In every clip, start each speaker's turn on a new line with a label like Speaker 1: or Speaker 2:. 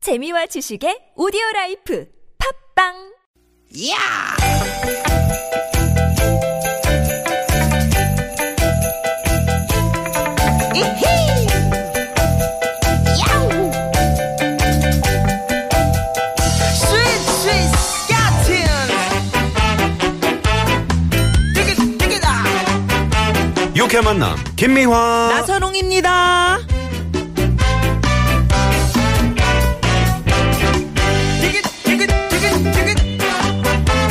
Speaker 1: 재미와 지식의 오디오 라이프 팝빵
Speaker 2: 야! 이히! 야우! 스윗 스윗 스카틴! 띠깃 띠깃아!
Speaker 3: 육회 만남 김미화
Speaker 2: 나선홍입니다. 띠깃 띠깃 띠깃 띠깃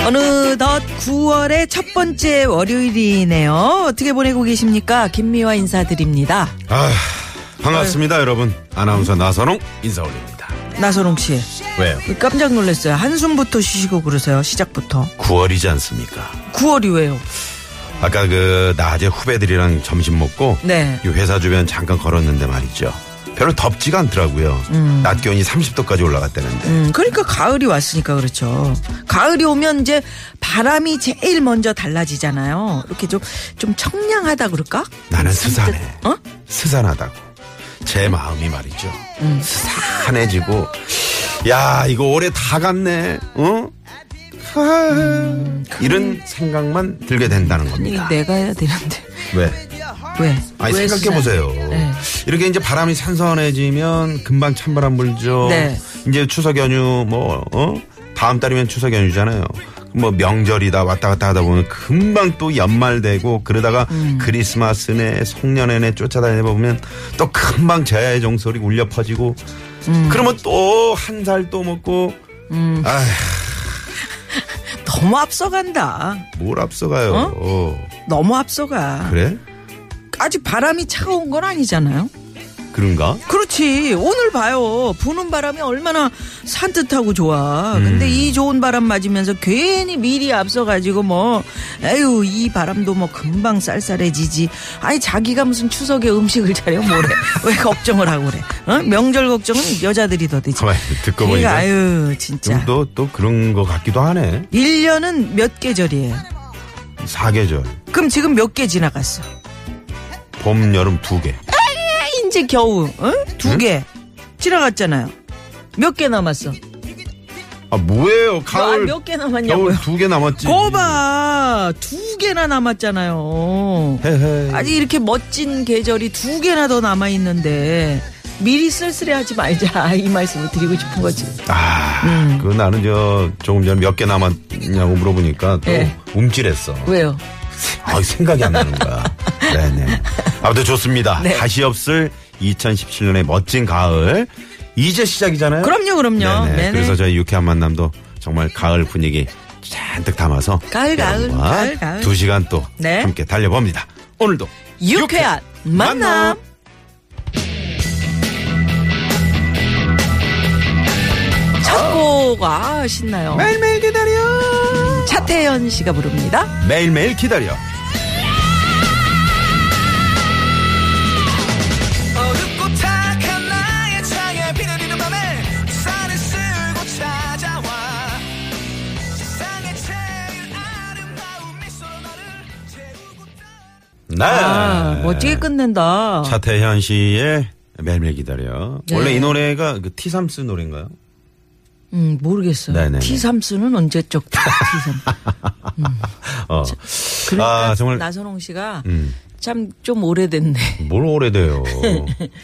Speaker 4: 어느덧 9월의 첫 번째 월요일이네요. 어떻게 보내고 계십니까? 김미화 인사드립니다.
Speaker 3: 아
Speaker 4: 네.
Speaker 3: 반갑습니다 여러분 아나운서 나선홍 인사 올립니다
Speaker 4: 나선홍 씨.
Speaker 3: 왜요? 그
Speaker 4: 깜짝 놀랐어요. 한숨부터 쉬시고 그러세요. 시작부터.
Speaker 3: 9월이지 않습니까
Speaker 4: 9월이 왜요?
Speaker 3: 아까 그 낮에 후배들이랑 점심 먹고
Speaker 4: 네.
Speaker 3: 이 회사 주변 잠깐 걸었는데 말이죠 별로 덥지가 않더라고요 낮 기온이 30도까지 올라갔다는데
Speaker 4: 음, 그러니까 가을이 왔으니까 그렇죠. 가을이 오면 이제 바람이 제일 먼저 달라지잖아요. 이렇게 좀, 좀 청량하다 그럴까?
Speaker 3: 나는 스산해
Speaker 4: 어?
Speaker 3: 스산하다고 제 마음이 말이죠 스산해지고 야 이거 올해 다 갔네 어? 아,
Speaker 4: 음.
Speaker 3: 이런 생각만 들게 된다는 겁니다
Speaker 4: 내가 해야 되는데.
Speaker 3: 왜?
Speaker 4: 왜?
Speaker 3: 아니
Speaker 4: 왜
Speaker 3: 생각해 보세요.
Speaker 4: 네.
Speaker 3: 이렇게 이제 바람이 선선해지면 금방 찬바람 불죠.
Speaker 4: 네.
Speaker 3: 이제 추석 연휴 뭐 어? 다음 달이면 추석 연휴잖아요. 뭐 명절이다 왔다 갔다 하다 보면 금방 또 연말 되고 그러다가
Speaker 4: 음.
Speaker 3: 크리스마스네 송년회네 쫓아다니다 보면 또 금방 제야의 종소리 울려 퍼지고
Speaker 4: 음.
Speaker 3: 그러면 또 한 살 또 먹고 아휴
Speaker 4: 수산. 너무 앞서간다.
Speaker 3: 뭘 앞서가요.
Speaker 4: 어? 너무 앞서가.
Speaker 3: 그래?
Speaker 4: 아직 바람이 차가운 건 아니잖아요.
Speaker 3: 그런가?
Speaker 4: 그렇지. 오늘 봐요. 부는 바람이 얼마나 산뜻하고 좋아. 근데 이 좋은 바람 맞으면서 괜히 미리 앞서가지고 뭐, 에휴, 이 바람도 뭐 금방 쌀쌀해지지. 아니, 자기가 무슨 추석에 음식을 차려 뭐래. 왜 걱정을 하고 그래. 어? 명절 걱정은 여자들이 더 되지.
Speaker 3: 가만히 듣고
Speaker 4: 그러니까
Speaker 3: 보니까
Speaker 4: 아유, 진짜.
Speaker 3: 또 또 그런 거 같기도 하네.
Speaker 4: 일년은몇 계절이에요?
Speaker 3: 사계절.
Speaker 4: 그럼 지금 몇 개 지나갔어?
Speaker 3: 봄, 여름 두 개.
Speaker 4: 아, 이제 겨우, 어? 두 개. 지나갔잖아요. 몇 개 남았어?
Speaker 3: 아, 뭐예요? 가을.
Speaker 4: 아, 몇 개
Speaker 3: 겨울
Speaker 4: 남았냐고요?
Speaker 3: 두 개 남았지.
Speaker 4: 거봐 두 개나 남았잖아요.
Speaker 3: 헤헤.
Speaker 4: 아직 이렇게 멋진 계절이 두 개나 더 남아 있는데 미리 쓸쓸해하지 말자 이 말씀을 드리고 싶은 거지.
Speaker 3: 아, 그 나는 저 조금 전에 몇 개 남았냐고 물어보니까 또
Speaker 4: 예.
Speaker 3: 움찔했어.
Speaker 4: 왜요?
Speaker 3: 아, 생각이 안 나는 거야. 네네. 아무튼 좋습니다.
Speaker 4: 네.
Speaker 3: 다시 없을 2017년의 멋진 가을. 이제 시작이잖아요.
Speaker 4: 그럼요, 그럼요.
Speaker 3: 네네.
Speaker 4: 네네.
Speaker 3: 그래서 저희 유쾌한 만남도 정말 가을 분위기 잔뜩 담아서
Speaker 4: 가을, 가을,
Speaker 3: 여러분과
Speaker 4: 가을, 가을.
Speaker 3: 두 시간 또
Speaker 4: 네.
Speaker 3: 함께 달려봅니다. 오늘도
Speaker 4: 유쾌한 만남. 첫 곡, 아, 신나요.
Speaker 3: 매일매일 기다려.
Speaker 4: 차태현 씨가 부릅니다.
Speaker 3: 매일매일 기다려.
Speaker 2: 어둡고 탁한 나의 창에 비는 이는 밤에 산을 쓸고 찾아와 세상의 제일 아름다운 미소로 나를 재우고 떠나
Speaker 3: 네.
Speaker 4: 아,
Speaker 3: 예.
Speaker 4: 멋지게 끝낸다.
Speaker 3: 차태현 씨의 매일매일 기다려.
Speaker 4: 네.
Speaker 3: 원래 이 노래가 그 티삼스 노래인가요?
Speaker 4: 음, 모르겠어요.
Speaker 3: 네네네.
Speaker 4: T3수는 언제적 T3.
Speaker 3: 어.
Speaker 4: 그러니까
Speaker 3: 아, 정말.
Speaker 4: 나선홍 씨가
Speaker 3: 음.
Speaker 4: 참 좀 오래됐네.
Speaker 3: 뭘 오래돼요.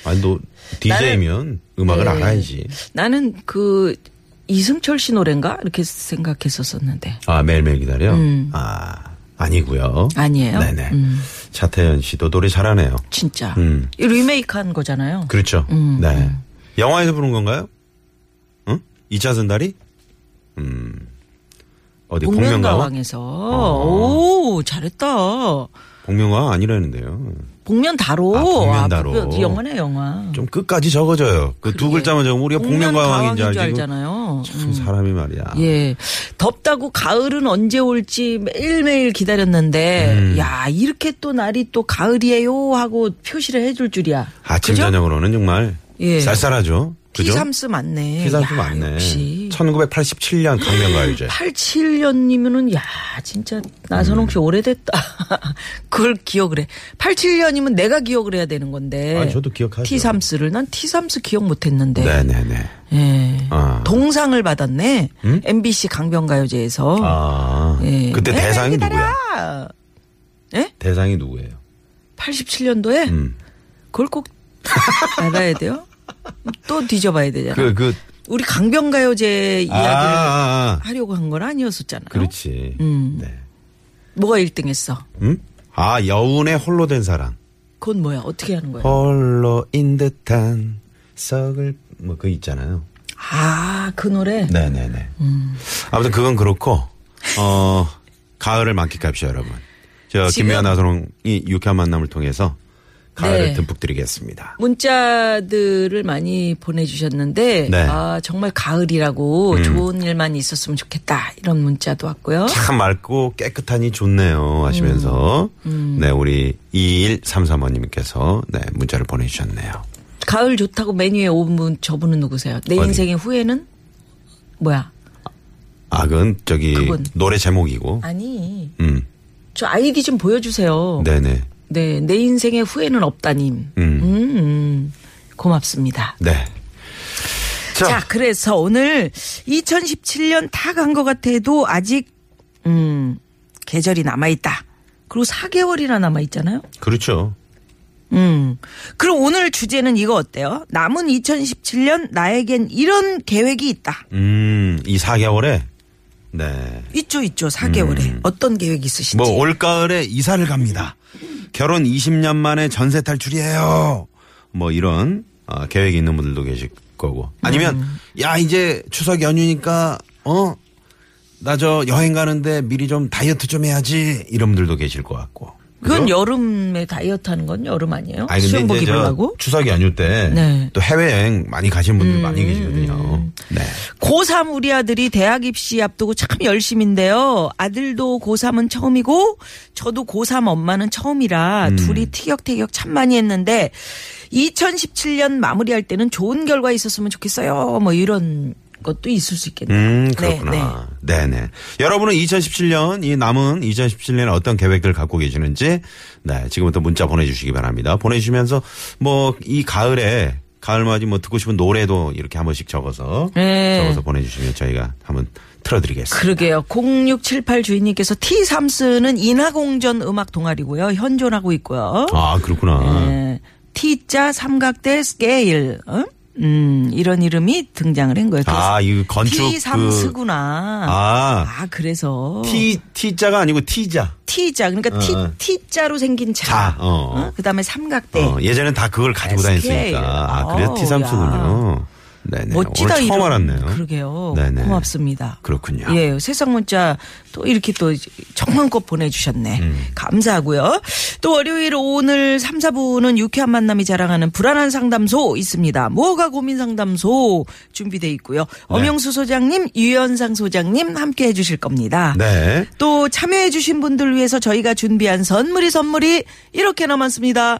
Speaker 3: 아니, 너 DJ면 음악을
Speaker 4: 네.
Speaker 3: 알아야지.
Speaker 4: 나는 그 이승철 씨 노래인가 이렇게 생각했었었는데
Speaker 3: 아, 매일매일 기다려? 아, 아니고요
Speaker 4: 음. 아니에요?
Speaker 3: 네네.
Speaker 4: 음.
Speaker 3: 차태현 씨도 노래 잘하네요.
Speaker 4: 진짜
Speaker 3: 음.
Speaker 4: 이 리메이크한 거잖아요.
Speaker 3: 그렇죠.
Speaker 4: 음,
Speaker 3: 네. 영화에서 부른 건가요? 응? 2차 선달이? 음. 어디, 복면가왕?
Speaker 4: 복면가왕에서 오 잘했다.
Speaker 3: 복면가왕 아니라는데요.
Speaker 4: 복면다로.
Speaker 3: 아, 복면다로.
Speaker 4: 영화네 영화.
Speaker 3: 좀 끝까지 적어져요. 그 두 글자만 적으면 우리가 복면가왕인 줄 알지. 이거
Speaker 4: 알잖아요. 음.
Speaker 3: 참 사람이 말이야.
Speaker 4: 예. 덥다고 가을은 언제 올지 매일매일 기다렸는데,
Speaker 3: 음.
Speaker 4: 야, 이렇게 또 날이 또 가을이에요 하고 표시를 해줄 줄이야.
Speaker 3: 아침
Speaker 4: 그죠?
Speaker 3: 저녁으로는 정말
Speaker 4: 예.
Speaker 3: 쌀쌀하죠. 그죠?
Speaker 4: 티삼스 맞네.
Speaker 3: 티삼스
Speaker 4: 야,
Speaker 3: 맞네.
Speaker 4: 역시.
Speaker 3: 1987년 강명가요제.
Speaker 4: 87년이면은, 야, 진짜,
Speaker 3: 음.
Speaker 4: 나선홍 씨 오래됐다. 그걸 기억을 해. 87년이면 내가 기억을 해야 되는 건데.
Speaker 3: 아니, 저도 기억하죠. 네.
Speaker 4: 티삼스를. 난 티삼스 기억 못 했는데.
Speaker 3: 네네네. 아.
Speaker 4: 예. 동상을 받았네. MBC 강변가요제에서.
Speaker 3: 음? 아,
Speaker 4: 예.
Speaker 3: 그때
Speaker 4: 맨날
Speaker 3: 대상이 누구야?
Speaker 4: 기다려! 예?
Speaker 3: 대상이 누구예요?
Speaker 4: 87년도에
Speaker 3: 음.
Speaker 4: 그걸 꼭 알아야 돼요. 또 뒤져봐야 되잖아.
Speaker 3: 그, 그,
Speaker 4: 우리 강변가요제
Speaker 3: 아,
Speaker 4: 이야기를
Speaker 3: 아, 아.
Speaker 4: 하려고 한 건 아니었었잖아요.
Speaker 3: 그렇지.
Speaker 4: 음.
Speaker 3: 네.
Speaker 4: 뭐가 1등했어?
Speaker 3: 음? 아, 여운의 홀로 된 사랑.
Speaker 4: 그건 뭐야? 어떻게 하는 거야?
Speaker 3: 홀로인 듯한 썩을, 뭐, 그 있잖아요.
Speaker 4: 아, 그 노래.
Speaker 3: 네네네. 아무튼 그건 그렇고, 어, 가을을 만끽합시다, 여러분. 저,
Speaker 4: 지금-
Speaker 3: 김미연 아선홍이 유쾌한 만남을 통해서 가을을
Speaker 4: 네.
Speaker 3: 듬뿍 드리겠습니다.
Speaker 4: 문자들을 많이 보내주셨는데
Speaker 3: 네. 음.
Speaker 4: 아 정말 가을이라고 좋은 일만 있었으면 좋겠다 이런 문자도 왔고요.
Speaker 3: 참 맑고 깨끗하니 좋네요 하시면서
Speaker 4: 음.
Speaker 3: 네 우리 2133번님께서 네 문자를 보내주셨네요.
Speaker 4: 가을 좋다고 메뉴에 온 분 저분은 누구세요? 내
Speaker 3: 어디?
Speaker 4: 인생의 후회는 뭐야?
Speaker 3: 아 그건 저기
Speaker 4: 그건.
Speaker 3: 노래 제목이고
Speaker 4: 아니
Speaker 3: 음
Speaker 4: 저 아이디 좀 보여주세요. 네,
Speaker 3: 네네
Speaker 4: 내 인생의 후회는 없다님. 음, 음. 고맙습니다.
Speaker 3: 네. 자,
Speaker 4: 자, 그래서 오늘 2017년 다 간 것 같아도 아직 음 계절이 남아 있다. 그리고 4개월이나 남아 있잖아요.
Speaker 3: 그렇죠.
Speaker 4: 음. 그럼 오늘 주제는 이거 어때요? 남은 2017년 나에겐 이런 계획이 있다.
Speaker 3: 음 이 4개월에 네
Speaker 4: 있죠, 있죠. 4개월에 어떤 계획
Speaker 3: 음.
Speaker 4: 있으신지.
Speaker 3: 뭐 올가을에 이사를 갑니다. 결혼 20년 만에 전세 탈출이에요. 뭐 이런 어, 계획이 있는 분들도 계실 거고. 아니면 야 이제 추석 연휴니까 어? 나 저 여행 가는데 미리 좀 다이어트 좀 해야지 이런 분들도 계실 것 같고.
Speaker 4: 그건
Speaker 3: 그죠?
Speaker 4: 여름에 다이어트 하는 건 여름 아니에요?
Speaker 3: 아니, 근데
Speaker 4: 수영복
Speaker 3: 이제 저
Speaker 4: 입으려고?
Speaker 3: 추석 연휴 때 또
Speaker 4: 네. 음,
Speaker 3: 해외여행 많이 가신 분들 많이 계시거든요. 네.
Speaker 4: 고3 우리 아들이 대학 입시 앞두고 참 열심인데요. 아들도 고3은 처음이고 저도 고3 엄마는 처음이라 둘이 티격태격 참 많이 했는데 2017년 마무리할 때는 좋은 결과 있었으면 좋겠어요. 뭐 이런 것도 있을 수 있겠네요.
Speaker 3: 음,
Speaker 4: 네,
Speaker 3: 그렇구나. 네, 네. 여러분은 2017년 이 남은 2017년 어떤 계획들 갖고 계시는지 네, 지금부터 문자 보내 주시기 바랍니다. 보내 주시면서 뭐 이 가을에 가을맞이 뭐 듣고 싶은 노래도 이렇게 한 번씩 적어서
Speaker 4: 네.
Speaker 3: 적어서 보내 주시면 저희가 한번 틀어 드리겠습니다.
Speaker 4: 그러게요. 0678 주인님께서 T3스는 인하공전 음악 동아리고요. 현존하고 있고요.
Speaker 3: 아, 그렇구나.
Speaker 4: 예. T자 삼각대 스케일. 어? 음, 이런 이름이 등장을 한 거예요. 그래서
Speaker 3: 아, 이 건축
Speaker 4: T3스구나. 어.
Speaker 3: 아.
Speaker 4: 그래서
Speaker 3: T T자가 아니고 T자.
Speaker 4: T자 그러니까 T
Speaker 3: 어.
Speaker 4: T자로 생긴 자.
Speaker 3: 자, 어.
Speaker 4: 그다음에 삼각대.
Speaker 3: 어, 예전엔 다 그걸 가지고
Speaker 4: SK.
Speaker 3: 다녔으니까. 아, 그래서
Speaker 4: 네. 어우,
Speaker 3: T3스군요. 네, 네.
Speaker 4: 멋지다
Speaker 3: 오늘 처음
Speaker 4: 이름.
Speaker 3: 알았네요.
Speaker 4: 그러게요.
Speaker 3: 네네.
Speaker 4: 고맙습니다.
Speaker 3: 그렇군요.
Speaker 4: 예, 세상 문자 또 이렇게 또 정성껏 보내주셨네.
Speaker 3: 음.
Speaker 4: 감사하고요. 또 월요일 오늘 3, 4부는 유쾌한 만남이 자랑하는 불안한 상담소 있습니다. 뭐가 고민 상담소 준비돼
Speaker 3: 네.
Speaker 4: 있고요. 엄영수 소장님, 유현상 소장님 함께 해주실 겁니다.
Speaker 3: 네.
Speaker 4: 또 참여해주신 분들 위해서 저희가 준비한 선물이 선물이 이렇게 남았습니다.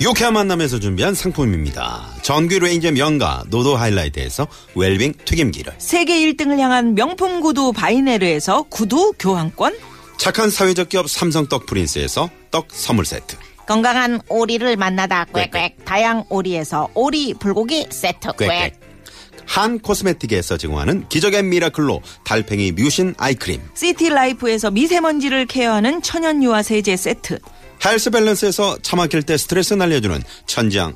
Speaker 3: 유쾌한 만남에서 준비한 상품입니다. 전기 레인저 명가 노도 하이라이트에서 웰빙 튀김기를
Speaker 4: 세계 1등을 향한 명품 구두 바이네르에서 구두 교환권,
Speaker 3: 착한 사회적 기업 삼성 떡 프린스에서 떡 선물 세트
Speaker 5: 건강한 오리를 만나다 꽥꽥 다양 오리에서 오리 불고기 세트 꽥꽥
Speaker 3: 꽥꽥 한 코스메틱에서 제공하는 기적의 미라클로 달팽이 뮤신 아이크림
Speaker 4: 시티라이프에서 미세먼지를 케어하는 천연 유화 세제 세트,
Speaker 3: 헬스 밸런스에서 차 막힐 때 스트레스 날려주는 천장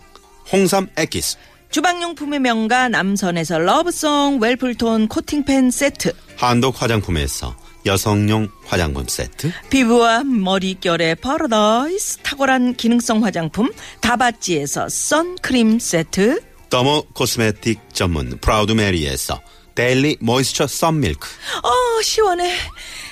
Speaker 3: 홍삼 액기스
Speaker 4: 주방용품의 명가 남선에서 러브송 웰플톤 코팅팬 세트,
Speaker 3: 한독 화장품에서 여성용 화장품 세트
Speaker 4: 피부와 머릿결의 파라다이스 탁월한 기능성 화장품 다바찌에서 선크림 세트,
Speaker 3: 더모 코스메틱 전문 프라우드 메리에서 데일리 모이스처 썬밀크
Speaker 4: 어 시원해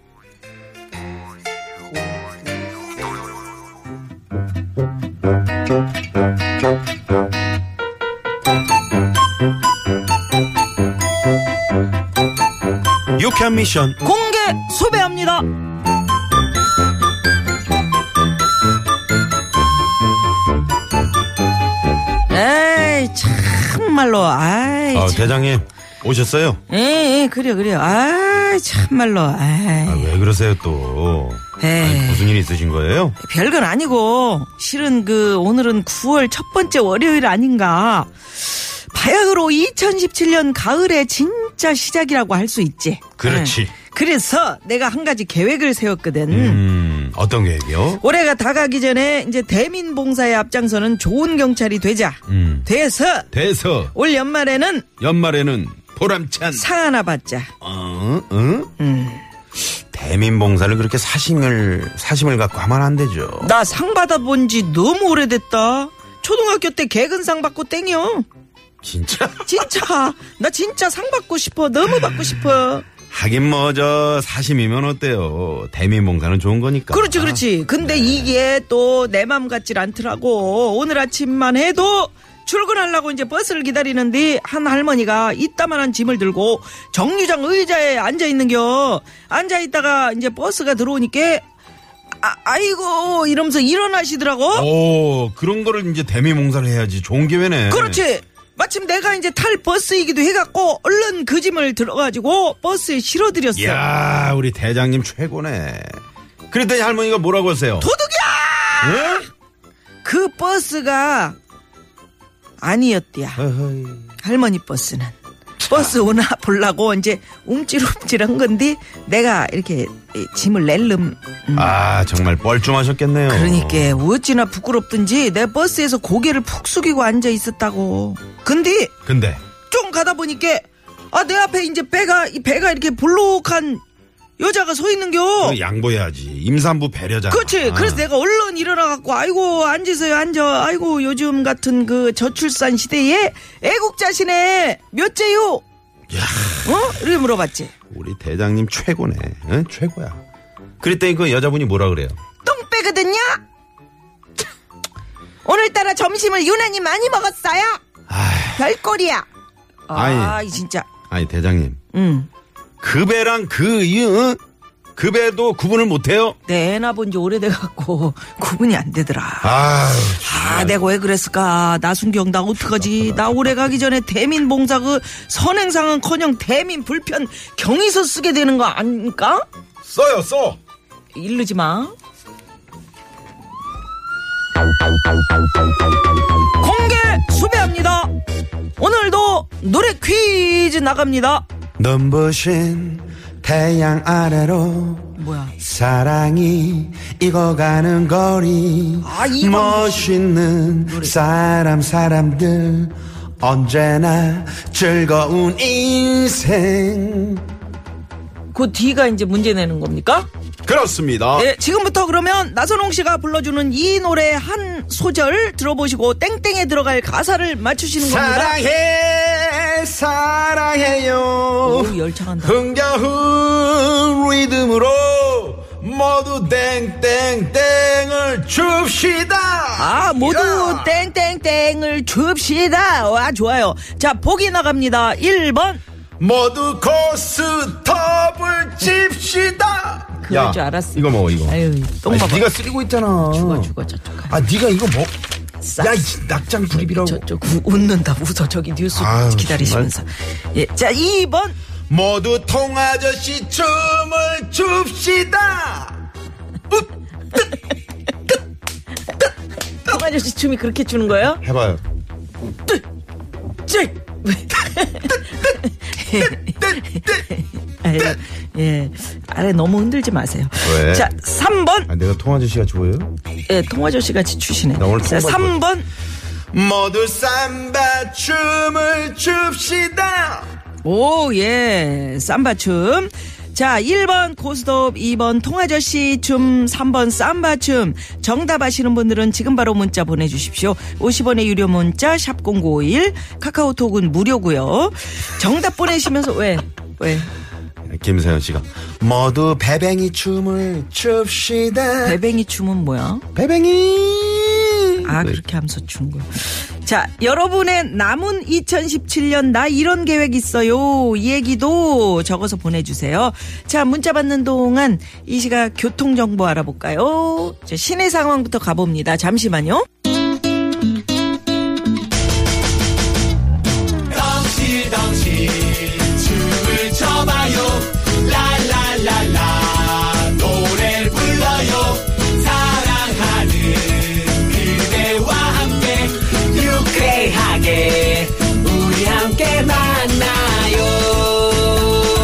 Speaker 4: 부탁드려요.
Speaker 3: 유쾌한 미션.
Speaker 4: 공개 수배합니다. 에이 참말로 아이
Speaker 3: 아,
Speaker 4: 참.
Speaker 3: 대장님 오셨어요?
Speaker 4: 예, 예 그래 그래 아이 참말로 아이 예.
Speaker 3: 아, 왜 그러세요 또? 아니,
Speaker 4: 에이.
Speaker 3: 무슨 일 있으신 거예요?
Speaker 4: 별건 아니고 실은 그 오늘은 9월 첫 번째 월요일 아닌가 바야흐로 2017년 가을의 진짜 시작이라고 할 수 있지.
Speaker 3: 그렇지.
Speaker 4: 네. 그래서 내가 한 가지 계획을 세웠거든.
Speaker 3: 음, 어떤 계획이요?
Speaker 4: 올해가 다가기 전에 이제 대민 봉사에 앞장서는 좋은 경찰이 되자.
Speaker 3: 음.
Speaker 4: 돼서
Speaker 3: 돼서
Speaker 4: 올 연말에는
Speaker 3: 연말에는 보람찬.
Speaker 4: 상 하나 받자.
Speaker 3: 어? 응?
Speaker 4: 음.
Speaker 3: 대민 봉사를 그렇게 사심을 사심을 갖고 하면 안 되죠.
Speaker 4: 나 상 받아본 지 너무 오래됐다. 초등학교 때 개근상 받고 땡이요.
Speaker 3: 진짜?
Speaker 4: 진짜 나 진짜 상 받고 싶어 너무 받고 싶어
Speaker 3: 하긴 뭐 저 사심이면 어때요? 대민 봉사는 좋은 거니까. 아. 네.
Speaker 4: 그렇지 그렇지 근데 이게 또 내 맘 같질 않더라고 오늘 아침만 해도 출근하려고 이제 버스를 기다리는데 한 할머니가 이따만한 짐을 들고 정류장 의자에 앉아 있는겨 앉아 있다가 이제 버스가 들어오니까 아, 아이고 이러면서 일어나시더라고
Speaker 3: 네. 오 그런 거를 이제 대민 봉사를 해야지 좋은 기회네.
Speaker 4: 그렇지. 마침 내가 이제 탈 버스이기도 해갖고 얼른 그 짐을 들어가지고 버스에 실어드렸어.
Speaker 3: 야 우리 대장님 최고네. 그랬더니 할머니가 뭐라고 하세요?
Speaker 4: 도둑이야!
Speaker 3: 응?
Speaker 4: 그 버스가 아니었디야.
Speaker 3: 어허이.
Speaker 4: 할머니 버스는. 버스 오나 보려고 이제 움찔움찔한 건데 내가 이렇게 이 짐을 낼름. 음.
Speaker 3: 아 정말 뻘쭘하셨겠네요.
Speaker 4: 그러니까 어찌나 부끄럽든지 내 버스에서 고개를 푹 숙이고 앉아 있었다고. 근데
Speaker 3: 근데
Speaker 4: 좀 가다 보니까 아 내 앞에 이제 배가 이 배가 이렇게 볼록한 여자가 서 있는겨.
Speaker 3: 그거 양보해야지. 임산부 배려잖아.
Speaker 4: 어. 그렇지. 그래서 내가 얼른 일어나갖고 아이고 앉으세요 앉아. 아이고 요즘 같은 그 저출산 시대에 애국자시네 몇째요? 어? 이렇게 물어봤지.
Speaker 3: 우리 대장님 최고네. 응? 최고야. 그랬더니 그 여자분이 뭐라 그래요?
Speaker 4: 똥 빼거든요. 오늘따라 점심을 유난히 많이 먹었어요. 별꼴이야. 아,
Speaker 3: 아니.
Speaker 4: 이 진짜.
Speaker 3: 아니 대장님
Speaker 4: 응.
Speaker 3: 그 배랑 그 이응 그 배도 구분을 못해요.
Speaker 4: 내 애나 본 지 오래돼갖고 구분이 안 되더라.
Speaker 3: 아
Speaker 4: 아, 내가 왜 그랬을까? 나순경, 나 어떡하지? 나 올해 가기 전에 대민 봉사 그 선행상은 커녕 대민 불편 경위서 쓰게 되는 거 아닙니까?
Speaker 3: 써요 써.
Speaker 4: 이르지 마. 공개 수배합니다. 오늘도 노래 퀴즈 나갑니다.
Speaker 3: 눈부신 태양 아래로
Speaker 4: 뭐야?
Speaker 3: 사랑이 익어가는 거리
Speaker 4: 아, 이건
Speaker 3: 멋있는 사람 사람들 언제나 즐거운 인생
Speaker 4: 그 뒤가 이제 문제 내는 겁니까?
Speaker 3: 그렇습니다.
Speaker 4: 네, 지금부터 그러면 나선홍 씨가 불러주는 이 노래 한 소절 들어보시고 땡땡에 들어갈 가사를 맞추시는 겁니다.
Speaker 3: 사랑해 사랑해요
Speaker 4: 오, 열창한다.
Speaker 3: 흥겨운 리듬으로 모두 땡땡땡을 줍시다
Speaker 4: 아, 모두
Speaker 3: 야.
Speaker 4: 땡땡땡을 줍시다. 와, 좋아요. 자, 보기 나갑니다. 1번.
Speaker 3: 모두 고스톱을 찝시다
Speaker 4: 그럴 줄 알았어.
Speaker 3: 이거 먹어 이거
Speaker 4: 아유, 똥
Speaker 3: 아니,
Speaker 4: 먹어.
Speaker 3: 네가 쓰리고 있잖아
Speaker 4: 죽어, 죽어, 저쪽 가.
Speaker 3: 아 네가 이거 먹
Speaker 4: 싹.
Speaker 3: 야이 낙장 불입이라고
Speaker 4: 저쪽 우- 웃는다, 웃어. 저기 뉴스
Speaker 3: 아유,
Speaker 4: 기다리시면서. 예, 자, 2번.
Speaker 3: 모두 통아저씨 춤을 춥시다
Speaker 4: 똥 아저씨 춤이 그렇게 추는 거예요?
Speaker 3: 해봐요
Speaker 4: 쭉! 아유, 예, 아래 너무 흔들지 마세요.
Speaker 3: 왜?
Speaker 4: 자, 3번.
Speaker 3: 아, 내가 통아저씨가 좋아요?
Speaker 4: 예, 통화저씨 같이 추시네.
Speaker 3: 나 오늘
Speaker 4: 자,
Speaker 3: 통화
Speaker 4: 3번.
Speaker 3: 모두 삼바 춤을 춥시다.
Speaker 4: 오, 예. 쌈바춤. 자, 1번 고스톱, 2번 통아저씨 춤, 3번 쌈바춤. 정답 아시는 분들은 지금 바로 문자 보내주십시오. 50원의 유료 문자, 샵0951. 카카오톡은 무료고요 정답 보내시면서, 왜? 왜?
Speaker 3: 김세현 씨가 모두 배뱅이 춤을 춥시다.
Speaker 4: 배뱅이 춤은 뭐야?
Speaker 3: 배뱅이. 네.
Speaker 4: 아, 그렇게 하면서 춘 거. 자, 여러분의 남은 2017년 나 이런 계획 있어요. 이 얘기도 적어서 보내주세요. 자, 문자 받는 동안 이 시각 교통정보 알아볼까요? 자, 시내 상황부터 가봅니다. 잠시만요.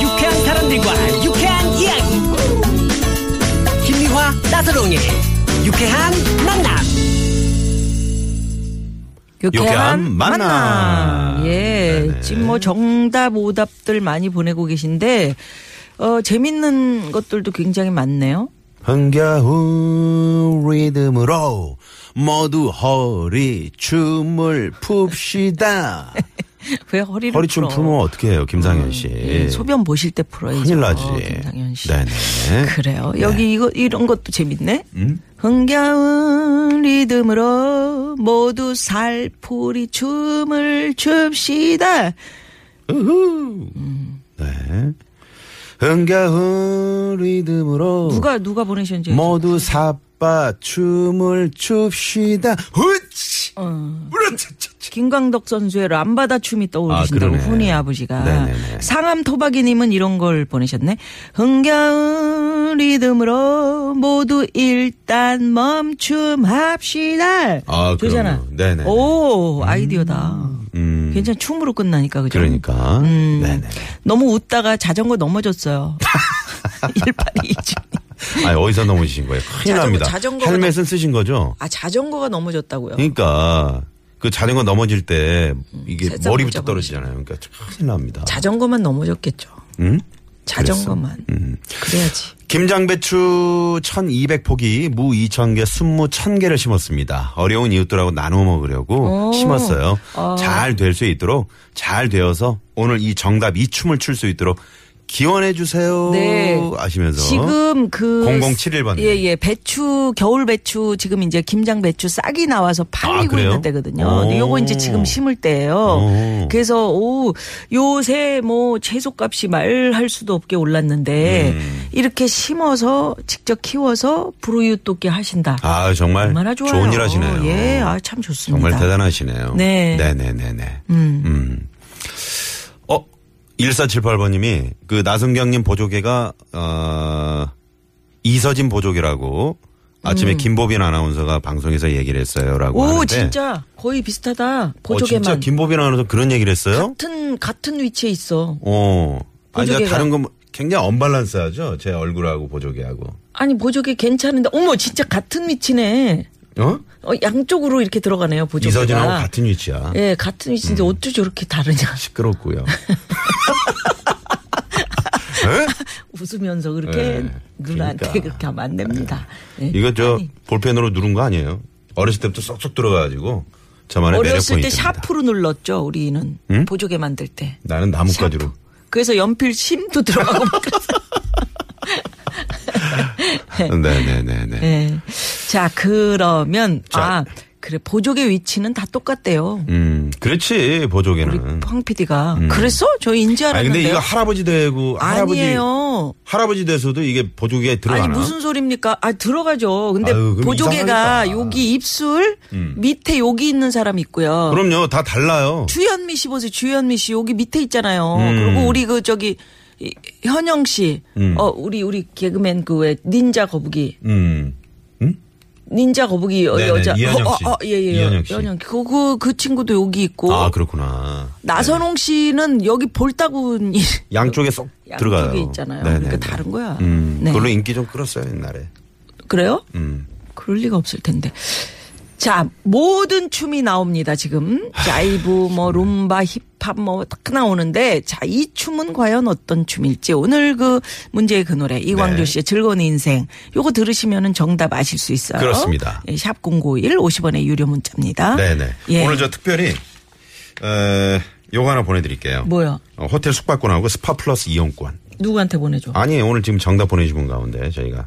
Speaker 6: 유쾌한 사람들과 유쾌한 이야기 김미화 나서롱의 유쾌한 만남
Speaker 3: 유쾌한 만남.
Speaker 4: 예.
Speaker 3: 네네.
Speaker 4: 지금 뭐 정답, 오답들 많이 보내고 계신데, 어, 재밌는 것들도 굉장히 많네요.
Speaker 3: 흥겨운 리듬으로 모두 허리춤을 풉시다.
Speaker 4: 왜 허리를
Speaker 3: 허리춤
Speaker 4: 풀어?
Speaker 3: 풀면 어떻게 해요, 김상현 씨?
Speaker 4: 그렇죠. 예, 소변 보실 때 풀어야죠.
Speaker 3: 큰일 나지.
Speaker 4: 김상현 씨.
Speaker 3: 네네.
Speaker 4: 그래요. 여기 이거 이런 것도 재밌네.
Speaker 3: 음?
Speaker 4: 흥겨운 리듬으로 모두 살풀이 춤을 춥시다.
Speaker 3: 우후.
Speaker 4: 음.
Speaker 3: 네. 흥겨운 리듬으로
Speaker 4: 누가 누가 보내셨는지.
Speaker 3: 모두 사빠 춤을 춥시다. 후치!
Speaker 4: 어.
Speaker 3: 으라차차차.
Speaker 4: 김광덕 선수의 람바다 춤이 떠오르신다고
Speaker 3: 아, 그러네.
Speaker 4: 훈이 아버지가
Speaker 3: 네네네.
Speaker 4: 상암 토박이님은 이런 걸 보내셨네. 흥겨운 리듬으로 모두 일단 멈춤합시다.
Speaker 3: 아,
Speaker 4: 되잖아.
Speaker 3: 그럼요. 네네네.
Speaker 4: 오 아이디어다.
Speaker 3: 음.
Speaker 4: 괜찮 춤으로 끝나니까 그죠?
Speaker 3: 그러니까.
Speaker 4: 음.
Speaker 3: 네네.
Speaker 4: 너무 웃다가 자전거 넘어졌어요. 1827.
Speaker 3: 아 어디서 넘어지신 거예요? 큰일
Speaker 4: 자전거,
Speaker 3: 납니다.
Speaker 4: 자전거가
Speaker 3: 헬멧은 쓰신 거죠?
Speaker 4: 아 자전거가 넘어졌다고요?
Speaker 3: 그러니까 그 자전거 넘어질 때 이게
Speaker 4: 살짝
Speaker 3: 머리부터
Speaker 4: 붙잡아보시고.
Speaker 3: 떨어지잖아요. 그러니까 큰일 납니다.
Speaker 4: 자전거만 넘어졌겠죠.
Speaker 3: 음?
Speaker 4: 자전거만. 그래야지.
Speaker 3: 김장배추 1200포기, 무 2000개, 순무 1000개를 심었습니다. 어려운 이웃들하고 나눠 먹으려고
Speaker 4: 오. 아.
Speaker 3: 심었어요. 잘 될 수 있도록 잘 되어서 오늘 이 정답 이 춤을 출 수 있도록 기원해 주세요.
Speaker 4: 네.
Speaker 3: 아시면서
Speaker 4: 지금 그
Speaker 3: 0071 번.
Speaker 4: 예예 배추 겨울 배추 지금 이제 김장 배추 싹이 나와서 팔리고
Speaker 3: 아, 그래요?
Speaker 4: 있는 때거든요. 근데
Speaker 3: 오.
Speaker 4: 요거 이제 지금 심을 때예요.
Speaker 3: 오.
Speaker 4: 그래서 오 요새 뭐 채소값이 말할 수도 없게 올랐는데
Speaker 3: 음.
Speaker 4: 이렇게 심어서 직접 키워서 불우이웃 돕게 하신다.
Speaker 3: 아 정말
Speaker 4: 얼마나 좋아요.
Speaker 3: 좋은 일 하시네요.
Speaker 4: 예, 아 참 좋습니다.
Speaker 3: 정말 대단하시네요.
Speaker 4: 네.
Speaker 3: 네네네네. 음. 어, 1478번님이 그 나성경님 보조개가, 어, 이서진 보조개라고 아침에 김보빈 아나운서가 방송에서 얘기를 했어요. 라고.
Speaker 4: 음. 오
Speaker 3: 하는데
Speaker 4: 진짜 거의 비슷하다.
Speaker 3: 어,
Speaker 4: 보조개만
Speaker 3: 진짜 김보빈 아나운서 그런 얘기를 했어요?
Speaker 4: 같은 같은 위치에 있어.
Speaker 3: 어. 아니, 나
Speaker 4: 보조개가.
Speaker 3: 다른 건뭐 굉장히 언밸런스 하죠? 제 얼굴하고 보조개하고. 어?
Speaker 4: 아니 보조개 괜찮은데 어머 진짜 같은 위치네.
Speaker 3: 어?
Speaker 4: 어, 양쪽으로 이렇게 들어가네요 보조개가.
Speaker 3: 이서진하고 같은 위치야. 음.
Speaker 4: 예, 같은 위치인데 어떻게 저렇게 다르냐.
Speaker 3: 시끄럽고요. 에?
Speaker 4: 웃으면서 그렇게
Speaker 3: 예,
Speaker 4: 누나한테
Speaker 3: 그러니까. 네.
Speaker 4: 그렇게 하면 안 됩니다. 예.
Speaker 3: 이거 저 볼펜으로 누른 거 아니에요? 어렸을 때부터 쏙쏙 들어가가지고 저만의 매력
Speaker 4: 어렸을 때
Speaker 3: 포인트입니다. 음?
Speaker 4: 샤프로 눌렀죠 우리는
Speaker 3: 응?
Speaker 4: 보조개 만들 때.
Speaker 3: 나는 나뭇가지로.
Speaker 4: 샤프. 그래서 연필 심도 들어가고 막 그래서.
Speaker 3: 네네네네.
Speaker 4: 예. 자 그러면
Speaker 3: 자.
Speaker 4: 아 그래 보조개 위치는 다 똑같대요.
Speaker 3: 음, 그렇지
Speaker 4: 우리
Speaker 3: 보조개는.
Speaker 4: 황 PD가 그랬어? 저 인지
Speaker 3: 음. 아니 근데
Speaker 4: 알았는데.
Speaker 3: 이거
Speaker 4: 요
Speaker 3: 할아버지 되고 할아버지
Speaker 4: 아니에요.
Speaker 3: 할아버지 돼서도 이게 보조개 들어가나?
Speaker 4: 아니 무슨 소리입니까? 아 들어가죠. 근데
Speaker 3: 아유, 그럼
Speaker 4: 보조개가
Speaker 3: 이상하겠다. 음.
Speaker 4: 여기 입술 밑에 여기 있는 사람 있고요.
Speaker 3: 그럼요, 다 달라요.
Speaker 4: 주현미 씨 보세요. 주현미 씨 여기 밑에 있잖아요.
Speaker 3: 음.
Speaker 4: 그리고 우리 그 저기 이- 현영 씨, 어 우리 우리 개그맨 그 왜 닌자 거북이,
Speaker 3: 음,
Speaker 4: 닌자 거북이 여-
Speaker 3: 네네,
Speaker 4: 여자,
Speaker 3: 이현영
Speaker 4: 어,
Speaker 3: 씨.
Speaker 4: 어, 어, 예, 예,
Speaker 3: 이현영 씨.
Speaker 4: 이현영 그그 그 친구도 여기 있고.
Speaker 3: 아 그렇구나.
Speaker 4: 나선홍 씨는 여기 볼따구니
Speaker 3: 네. 양쪽에 쏙 들어가요.
Speaker 4: 양쪽에 있잖아요.
Speaker 3: 네네네.
Speaker 4: 그러니까 다른 거야.
Speaker 3: 음,
Speaker 4: 네.
Speaker 3: 그걸로 인기 좀 끌었어요 옛날에.
Speaker 4: 그래요?
Speaker 3: 음.
Speaker 4: 그럴 리가 없을 텐데. 자, 모든 춤이 나옵니다, 지금. 자이브, 뭐, 룸바, 힙합, 뭐, 딱 나오는데, 자, 이 춤은 과연 어떤 춤일지. 오늘 그 문제의 그 노래, 이광조
Speaker 3: 네.
Speaker 4: 씨의 즐거운 인생. 요거 들으시면은 정답 아실 수 있어요.
Speaker 3: 그렇습니다.
Speaker 4: 예, 샵 051, 50원의 유료 문자입니다.
Speaker 3: 네네.
Speaker 4: 예.
Speaker 3: 오늘 저 특별히 에, 요거 하나 보내드릴게요.
Speaker 4: 뭐요?
Speaker 3: 어, 호텔 숙박권하고 스파 플러스 이용권. 아.
Speaker 4: 누구한테 보내줘?
Speaker 3: 아니 오늘 지금 정답 보내주신 분 가운데 저희가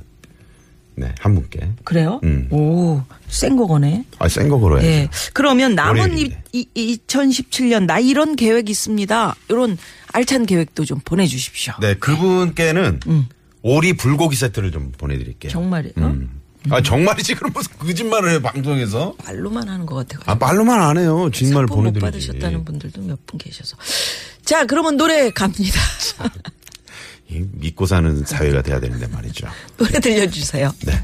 Speaker 3: 네, 한 분께.
Speaker 4: 그래요?
Speaker 3: 음.
Speaker 4: 오, 센 거네.
Speaker 3: 아, 센거 걸어야 죠
Speaker 4: 예. 그러면 남은 이,
Speaker 3: 월요일인데.
Speaker 4: 이, 2017년 나 이런 계획 있습니다. 이런 알찬 계획도 좀 보내주십시오.
Speaker 3: 네, 그분께는 오리 불고기 세트를 좀 보내드릴게요.
Speaker 4: 음. 정말이에요?
Speaker 3: 음. 아, 정말이지. 그럼 무슨 거짓말을 해, 방송에서?
Speaker 4: 말로만 하는 것 같아요.
Speaker 3: 아, 말로만 안 해요. 진말
Speaker 4: 상품 그 못
Speaker 3: 보내드리지.
Speaker 4: 받으셨다는 분들도 몇 분 계셔서. 자, 그러면 노래 갑니다.
Speaker 3: 이 믿고 사는 사회가 돼야 되는데 말이죠.
Speaker 4: 노래 들려주세요.
Speaker 3: 네.